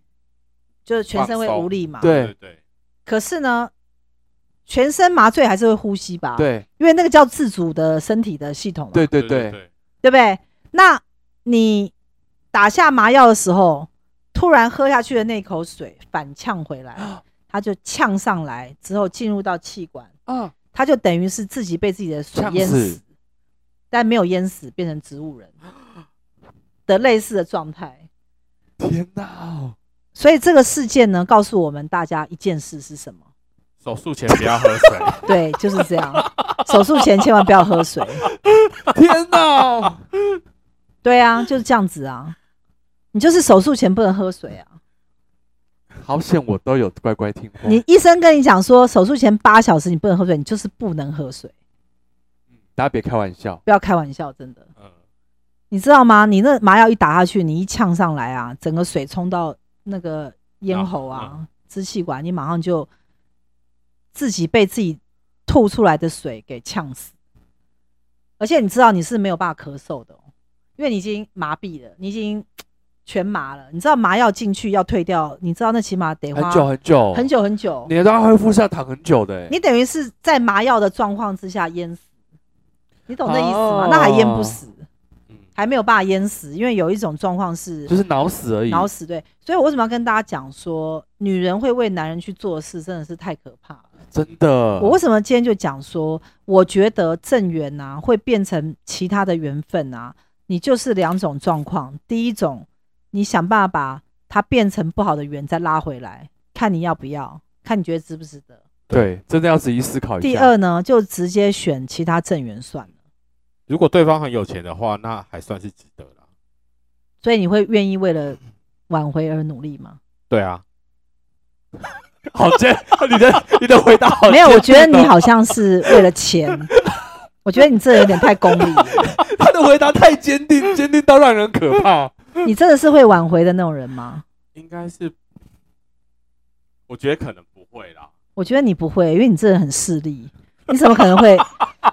S1: 就是全身会
S3: 放松
S1: 无力嘛，
S2: 对
S3: 对对，
S1: 可是呢，全身麻醉还是会呼吸吧？，
S2: 对
S1: 因为那个叫自主的身体的系统嘛，
S2: 对对
S3: 啊对
S2: 对，
S1: 对不对？那你打下麻药的时候，突然喝下去的那口水反呛回来，它就呛上来之后进入到气管，
S2: 啊，
S1: 它就等于是自己被自己的水
S2: 呛
S1: 淹
S2: 死
S1: 死，但没有淹死，变成植物人的类似的状态。
S2: 天哪，
S1: 所以这个事件呢，告诉我们大家一件事是什么？
S3: 手术前不要喝 水，
S1: 对，就是这样。手术前千万不要喝水。
S2: 天哪，
S1: 对啊，就是这样子啊。你就是手术前不能喝水啊！
S2: 好险我都有乖乖听过，
S1: 你医生跟你讲说，手术前八小时你不能喝水，你就是不能喝水，
S2: 大家别开玩笑，
S1: 不要开玩笑，真的。
S3: 嗯，
S1: 你知道吗？你那麻药一打下去，你一呛上来啊，整个水冲到那个咽喉啊、支气管，你马上就自己被自己吐出来的水给呛死。而且你知道你是没有办法咳嗽的、哦，因为你已经麻痹了，你已经全麻了。你知道麻药进去要退掉，你知道那起码得花
S2: 很久很久
S1: 很，久很久，
S2: 你都要恢复是要躺很久的欸，
S1: 你等于是在麻药的状况之下淹死，你懂那意思吗？
S2: 哦
S1: 那还淹不死，
S3: 嗯
S1: 还没有办法淹死，因为有一种状况是
S2: 就是脑死而已，
S1: 脑死。对，所以我为什么要跟大家讲说，女人会为男人去做的事，真的是太可怕了。
S2: 真的，
S1: 我为什么今天就讲说，我觉得正缘啊会变成其他的缘分啊，你就是两种状况。第一种，你想办法把它变成不好的缘再拉回来，看你要不要，看你觉得值不值得。
S2: 对，真的要仔细思考一下。
S1: 第，二呢，就直接选其他正缘算了。
S3: 如果对方很有钱的话，那还算是值得啦。
S1: 所以你会愿意为了挽回而努力吗？
S3: 对啊，
S2: 好贱， 你的你的回答 好
S1: 没有，我觉得
S2: 贱哦
S1: 你，好像是为了 钱。我觉得你这人有点太功利了，
S2: 他的回答太坚定，坚定到让人可怕。
S1: 你真的是会挽回的那种人吗？
S3: 应该是，我觉得可能不会啦。
S1: 我觉得你不会，因为你这人很势利，你怎么可能会？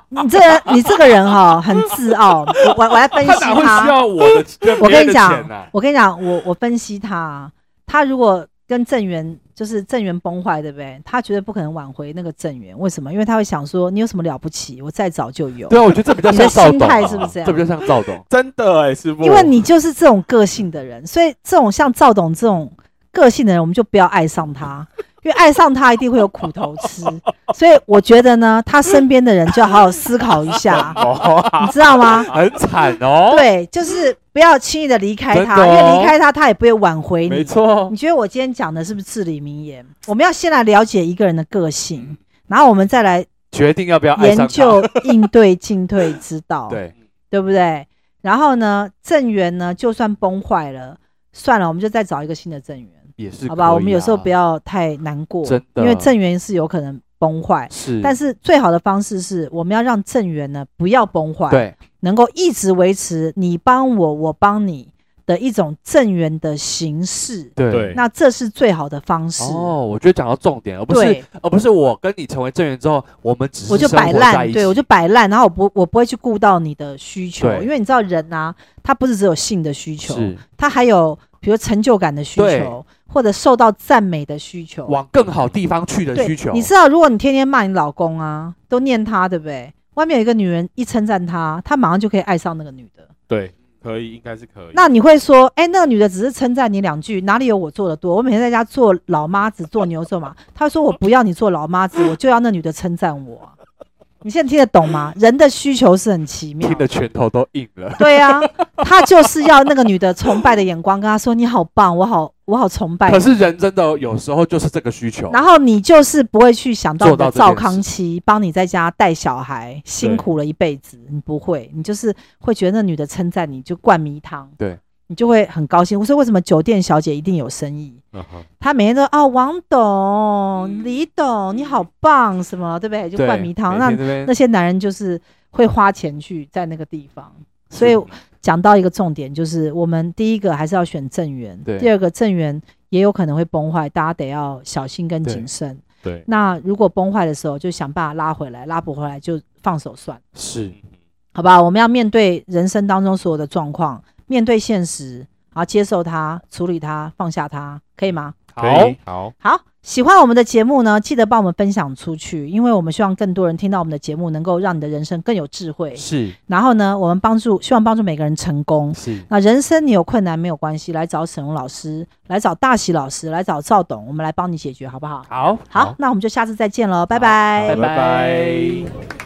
S1: 你这人，你这个人哈、很自傲。我我我来分析
S2: 他哪会需要我的？
S1: 我跟你
S2: 别人的钱
S1: 讲
S2: 啊，
S1: 我跟你讲，我我分析他啊，他如果跟郑源就是郑源崩坏，对不对？他绝对不可能挽回那个郑源，为什么？因为他会想说，你有什么了不起？我再早就有。
S2: 对啊，我觉得这比较像
S1: 你的
S2: 赵
S1: 心
S2: 董啊，
S1: 态是不是这样
S2: 比较像赵董。
S3: 真的哎、师傅，
S1: 因为你就是这种个性的人，所以这种像赵董这种个性的人，我们就不要爱上 他，因为爱上他一定会有苦头吃。所以我觉得呢，他身边的人就要好好思考一 下，你知道吗？
S2: 哦很惨哦。
S1: 对，就是不要轻易的离开他，
S2: 真的哦
S1: 因为离开他，他也不会挽回
S2: 没
S1: 你。
S2: 错哦
S1: 你，觉得我今天讲的是不是至理名言？我们要先来了解一个人的个性，然后我们再来
S2: 决嗯定要不要爱
S1: 研
S2: 上他。
S1: 究应对进退之道，
S2: 对，
S1: 对不对？然后呢，正缘呢，就算崩坏了，算了，我们就再找一个新的正缘，
S2: 也是
S1: 好吧？
S2: 可以
S1: 我们有时候不
S2: 啊
S1: 要太难过，
S2: 真的
S1: 因为正缘是有可能崩坏，
S2: 是，
S1: 但是最好的方式是我们要让正缘呢不要崩坏，
S2: 对
S1: 能够一直维持你帮我，我帮你的一种正缘的形式。
S2: 对
S3: 对
S1: 那这是最好的方式。
S2: 哦，我觉得讲到重点，而不
S1: 对
S2: 是，而不是我跟你成为正缘之后，我们只是
S1: 我就
S2: 生
S1: 摆
S2: 活在
S1: 烂，
S2: 一
S1: 对
S2: 起
S1: 我就摆烂，然后我不我不会去顾到你的需求，
S2: 对
S1: 因为你知道人啊，他不是只有性的需求，
S2: 是
S1: 他还有比如成就感的需
S2: 对
S1: 求，或者受到赞美的需求。
S2: 往更好地方去的
S1: 对
S2: 需求。
S1: 你知道，如果你天天骂你老公啊，都念他，对不对？外面有一个女人一称赞他，他马上就可以爱上那个女的。
S3: 对，可以，应该是可以。
S1: 那你会说，哎、那个女的只是称赞你两句，哪里有我做的多？我每天在家做老妈子，做牛做马。她说我不要你做老妈子，我就要那女的称赞我啊。你现在听得懂吗？人的需求是很奇妙
S2: 听。的拳头都硬了，
S1: 对啊，他就是要那个女的崇拜的眼光，跟她说你好棒，我好我好崇拜
S2: 可
S1: 你。
S2: 是人真的有时候就是这个需求。
S1: 然后你就是不会去想到
S2: 做
S1: 你的
S2: 到这件
S1: 赵康熙帮你在家带小孩，辛苦了一辈子，你不会，你就是会觉得那女的称赞你就灌迷汤，
S2: 对，
S1: 你就会很高兴。所以为什么酒店小姐一定有生意？
S3: 嗯哼
S1: 他每天都哦，王董、李董，你好棒，什么对不对？就
S2: 对
S1: 灌迷汤，
S2: 每
S1: 那
S2: 天这边
S1: 那些男人就是会花钱去在那个地方。所以
S2: 是
S1: 讲到一个重点，就是我们第一个还是要选正缘，
S2: 对
S1: 第二个正缘也有可能会崩坏，大家得要小心跟
S2: 对
S1: 谨慎。
S3: 对，
S1: 那如果崩坏的时候，就想办法拉回来，拉不回来就放手算，
S2: 是
S3: 嗯哼
S1: 好吧？我们要面对人生当中所有的状况，面对现实，然后接受它，处理它，放下它，可以吗？
S2: 好
S3: 可以，好，
S1: 好，喜欢我们的节目呢，记得帮我们分享出去，因为我们希望更多人听到我们的节目，能够让你的人生更有智慧。
S2: 是
S1: 然后呢，我们帮助，希望帮助每个人成功。
S2: 是，
S1: 那人生你有困难没有关系，来找沈荣老师，来找大喜老师，来找赵董，我们来帮你解决，好不好？
S2: 好
S1: 好，那我们就下次再见喽，拜
S2: 拜
S1: 拜
S3: 拜拜。